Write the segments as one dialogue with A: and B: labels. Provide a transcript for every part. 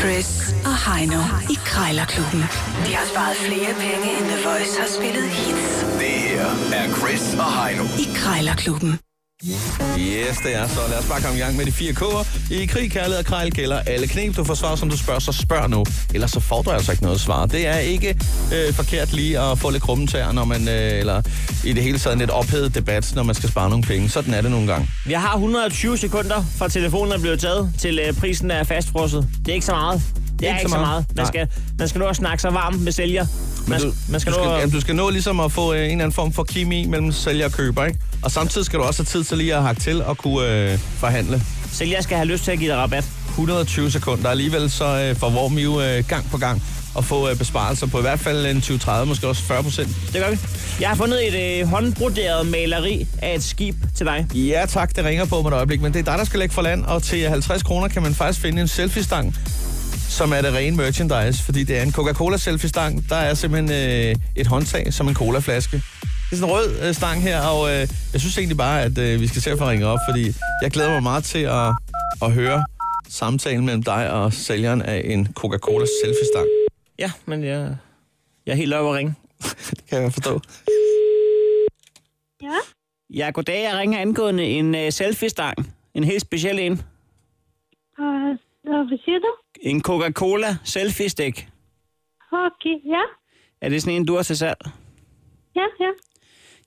A: Chris og Heino i Krejlerklubben. De har sparet flere penge, end The Voice har spillet hits
B: Det her er Chris og Heino.
A: i Krejlerklubben.
C: Yes, det er så. Lad os bare komme i gang med de fire K'er. I krig, kærlighed og krejl gælder alle knep. Du får svar, som du spørger, så spørg nu. Ellers så får du altså ikke noget svar. Det er ikke øh, forkert lige at få lidt krummen tæer, når man, øh, eller i det hele taget en lidt ophedet debat, når man skal spare nogle penge. Sådan er det nogle gange.
D: Jeg har 120 sekunder fra telefonen er blevet taget til øh, prisen er fastfrosset. Det er ikke så meget. Det er ikke, så meget. Man,
C: Nej.
D: skal, man skal nå at snakke sig varm med sælger. Man,
C: du,
D: man skal
C: du,
D: nå
C: skal,
D: at...
C: jamen, du skal nå ligesom at få øh, en eller anden form for kemi mellem sælger og køber, ikke? Og samtidig skal du også have tid til lige at hakke til og kunne øh, forhandle.
D: Sælger skal have lyst til at give dig rabat.
C: 120 sekunder. Alligevel så øh, forvår vi jo øh, gang på gang at få øh, besparelser på i hvert fald en 20-30, måske også 40 procent.
D: Det gør vi. Jeg har fundet et øh, håndbroderet maleri af et skib til dig.
C: Ja tak, det ringer på med et øjeblik, men det er dig, der skal lægge for land, og til 50 kroner kan man faktisk finde en selfie-stang, som er det rene merchandise, fordi det er en Coca-Cola-selfie-stang. Der er simpelthen øh, et håndtag som en colaflaske. Det er sådan en rød øh, stang her, og øh, jeg synes egentlig bare, at øh, vi skal se at få ringet op, fordi jeg glæder mig meget til at, at høre samtalen mellem dig og sælgeren af en Coca-Cola-selfie-stang.
D: Ja, men jeg, jeg er helt oppe at ringe.
C: Det kan jeg forstå.
E: Ja,
D: Ja, goddag. Jeg ringer angående en øh, selfie-stang. En helt speciel en.
E: og, og hvad siger du?
D: En Coca-Cola selfie-stik.
E: Okay, ja,
D: Er det sådan en, du har til salg?
E: ja, ja.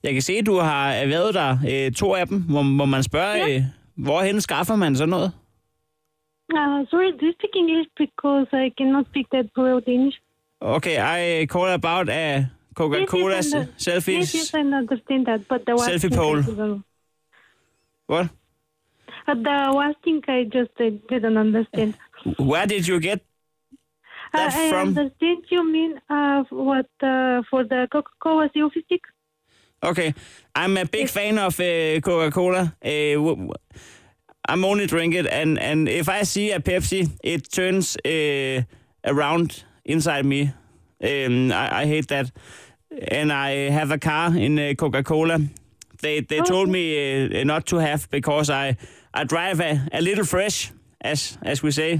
D: Jeg kan se, at du har erhvervet dig øh, to af dem, hvor, hvor man spørger, ja.
E: Ja.
D: øh, hvorhen skaffer man sådan noget?
E: Uh, sorry, do you speak English because I cannot speak that well Danish?
D: Okay, I uh, call about a Coca-Cola
E: Yes, yes, I know.
D: selfies.
E: Yes, yes, I understand that, but the one
D: Selfie
E: thing I
D: pole.
E: didn't-
D: What?
E: Uh, the one thing I just uh, didn't understand.
D: Where did you get?
E: Uh,
D: That's
E: I
D: from-
E: understand you mean uh, what uh, for the Coca-Cola selfie stick?
D: Okay, I'm a big fan of uh, Coca-Cola. Uh, w- w- I'm only drink it, and, and if I see a Pepsi, it turns uh, around inside me. Um, I, I hate that. And I have a car in uh, Coca-Cola. They they told me uh, not to have because I I drive a, a little fresh, as as we say.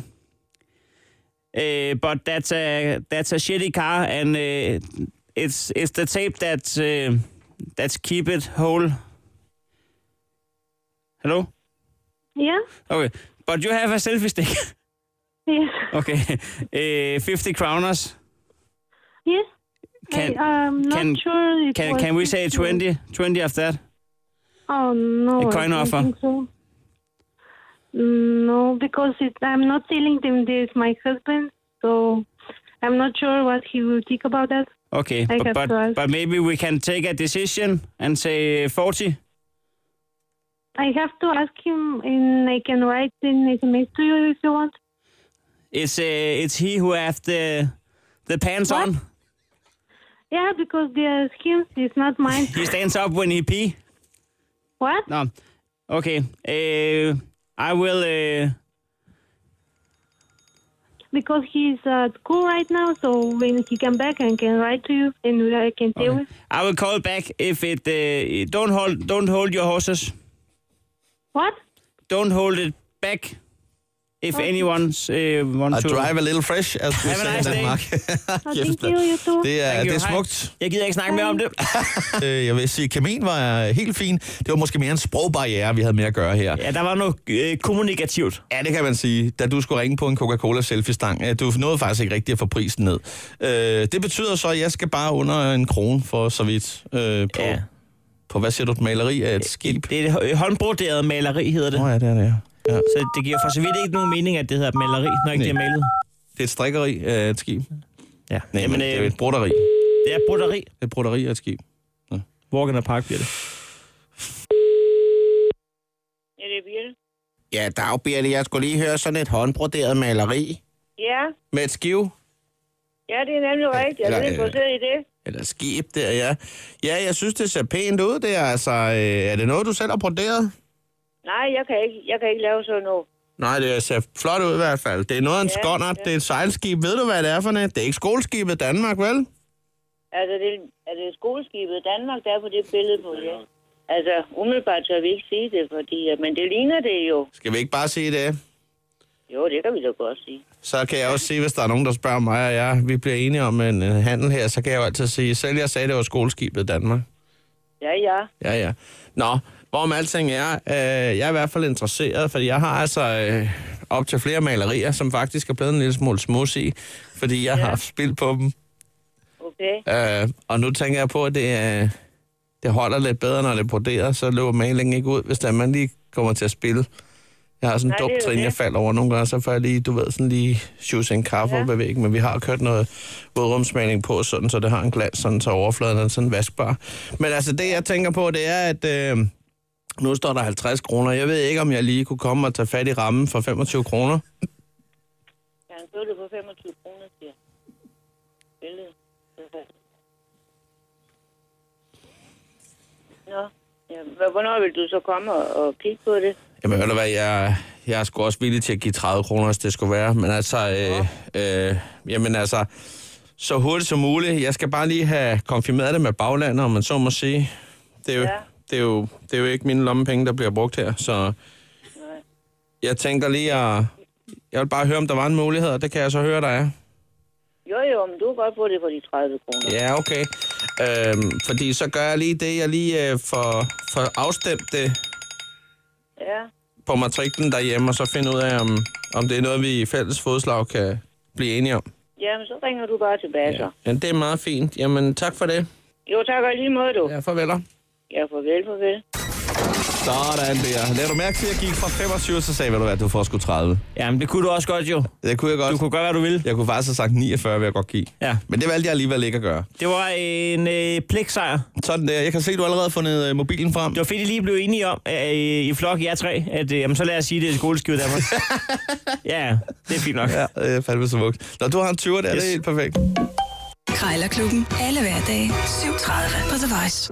D: Uh, but that's a that's a shitty car, and uh, it's it's the tape that's uh, that's keep it whole. Hello.
E: Yeah,
D: Okay, but you have a selfie stick.
E: yes,
D: okay, uh, fifty crowners.
E: yes.
D: Can-
E: I, I'm not
D: can-
E: sure. It
D: Can
E: was
D: can we say
E: 50.
D: 20, 20 of that?
E: Oh no,
D: A
E: I
D: coin
E: don't
D: offer.
E: think so. Mm, No, because it, I'm not selling them. There's my husband, so I'm not sure what he will think about that.
D: Okay,
E: I
D: but
E: guess so.
D: but, but maybe we can take a decision and say forty.
E: I have to ask him, and I can write an SMS to you if you want.
D: It's uh, it's he who have the the pants
E: What?
D: on.
E: Yeah, because there's him. It's not mine.
D: He stands up when he pee.
E: what?
D: No. Okay. Uh, I will. Uh,
E: Because he's at school right now, so when he come back, I can write to you, and I can tell you.
D: I will call back if it. Uh, don't hold. Don't hold your horses.
E: What?
D: Don't hold it back. If anyone's uh, want
C: I
D: to.
C: drive a little fresh, as we
D: Have a
C: say
D: nice
C: i
D: day.
C: Danmark.
E: Oh,
C: Kæft,
E: thank
C: mand.
E: you, you too.
C: Det er,
D: Thank
C: det
D: you.
C: er
D: Hej.
C: smukt.
D: Jeg gider ikke snakke mere om det.
C: Øh, jeg vil sige, kamin var helt fin. Det var måske mere en sprogbarriere, vi havde med at gøre her.
D: ja, der var noget øh, kommunikativt.
C: Ja, det kan man sige. Da du skulle ringe på en Coca-Cola selfie-stang, øh, du nåede faktisk ikke rigtigt at få prisen ned. Øh, det betyder så, at jeg skal bare under en krone for så vidt øh, på, ja.
D: Ja.
C: på, hvad siger du, et maleri af et skib?
D: Det er et hå- håndbroderet maleri, hedder det.
C: Nå ja, det er det, ja. ja.
D: Så det giver for så vidt ikke nogen mening, at det hedder et maleri, når ikke det er
C: Nej.
D: malet.
C: Det er et strikkeri af et skib.
D: Ja.
C: Nej, Jamen,
D: Jamen,
C: men det er jo
D: øh,
C: et broderi.
D: det er broderi.
C: Et broderi af et skib.
D: Walk in the park bliver det.
F: Er det Birte?
G: Ja, dag, Birte. Jeg skulle lige høre sådan et håndbroderet maleri.
F: Ja,
C: Med et skive?
F: ja, det er nemlig rigtigt. Jeg er
G: eller,
F: lidt
G: øh,
F: interesseret i det.
G: Eller skib der, ja. Ja, jeg synes, det ser pænt ud der. Altså, øh, er det noget, du selv har broderet?
F: Nej, jeg kan ikke, jeg kan ikke lave sådan noget.
G: Nej, det ser flot ud i hvert fald. Det er noget af en ja, skåndert. Det er et sejlskib. Ved du, hvad det er for noget? Det er ikke skoleskibet Danmark, vel?
F: Altså, det, er det skoleskibet Danmark, der er på det billede på, ja. Altså, umiddelbart tør vi ikke sige det, fordi, øh, men det ligner det jo.
G: Skal vi ikke bare sige det?
F: Jo, det kan vi da godt sige.
C: Så kan jeg også sige, hvis der er nogen, der spørger mig og jeg, vi bliver enige om en øh, handel her, så kan jeg jo altid sige, selv jeg sagde, det var skoleskibet Danmark.
F: Ja, ja.
C: Ja, ja. Nå, hvorom alting er, øh, jeg er i hvert fald interesseret, fordi jeg har altså øh, op til flere malerier, som faktisk er blevet en lille smule smus i, fordi jeg ja. har haft spil på dem.
F: Okay.
C: Øh, og nu tænker jeg på, at det, øh, det holder lidt bedre, når det er broderet, så løber malingen ikke ud, hvis der man lige kommer til at spille. Jeg har sådan en
F: Nej,
C: dum
F: det er jo
C: trin,
F: det.
C: jeg falder over nogle gange, så får jeg lige, du ved, sådan lige shoes en kaffe ja. op ad væggen, men vi har kørt noget vådrumsmaling på, sådan, så det har en glans, sådan, så overfladen er sådan vaskbar. Men altså, det jeg tænker på, det er, at øh, nu står der 50 kroner. Jeg ved ikke, om jeg lige kunne komme og tage fat i rammen for 25 kroner.
F: Kan han købe det for 25 kroner, siger jeg. Billedet. Nå, ja, hva- hvornår vil du så komme og, og kigge på det?
C: Jamen, ved du hvad, jeg, jeg er sgu også villig til at give 30 kroner, hvis det skulle være. Men altså, øh, øh, jamen altså, så hurtigt som muligt. Jeg skal bare lige have konfirmeret det med baglandet, om man så må sige. Det er jo, ja.
F: Ja.
C: det er jo, det er jo ikke mine lommepenge, der bliver brugt her, så... Jeg tænker lige at... Jeg vil bare høre, om der var en mulighed, og det kan jeg så høre, der er.
F: Jo, jo, men du kan godt få det for de 30 kroner.
C: Ja, okay. Øhm, fordi så gør jeg lige det, jeg lige øh, får, får afstemt det
F: Ja,
C: på matriklen derhjemme, og så finde ud af, om, om det er noget, vi i fælles fodslag kan blive enige om.
F: Jamen, så ringer du bare tilbage ja. så.
C: Ja, det er meget fint. Jamen, tak for det.
F: Jo, tak og i lige måde, du. Ja,
C: Ja, farveler.
F: ja farvel, farvel.
H: Sådan der. Lad du mærke til, at jeg gik fra 25, så sagde, ved du hvad, du får sgu 30.
D: Jamen, det kunne du også godt jo.
H: Det kunne jeg godt.
D: Du kunne gøre, hvad du ville.
H: Jeg kunne faktisk have sagt 49, vil jeg godt give.
D: Ja.
H: Men det valgte jeg alligevel ikke at gøre.
D: Det var en øh, pligtsejr.
H: Sådan der. Jeg kan se, at du allerede har fundet øh, mobilen frem.
D: Det var fedt, I lige blev enige om øh, i flok, jer tre, at øh, jamen, så lad os sige, det er skoleskivet Danmark. ja, det er fint nok.
H: Ja, øh, fandme så vugt. Når du har en 20, der, yes. det er
D: Yes.
H: helt perfekt.
A: Krejlerklubben. Alle hverdage. 7.30 på The Voice.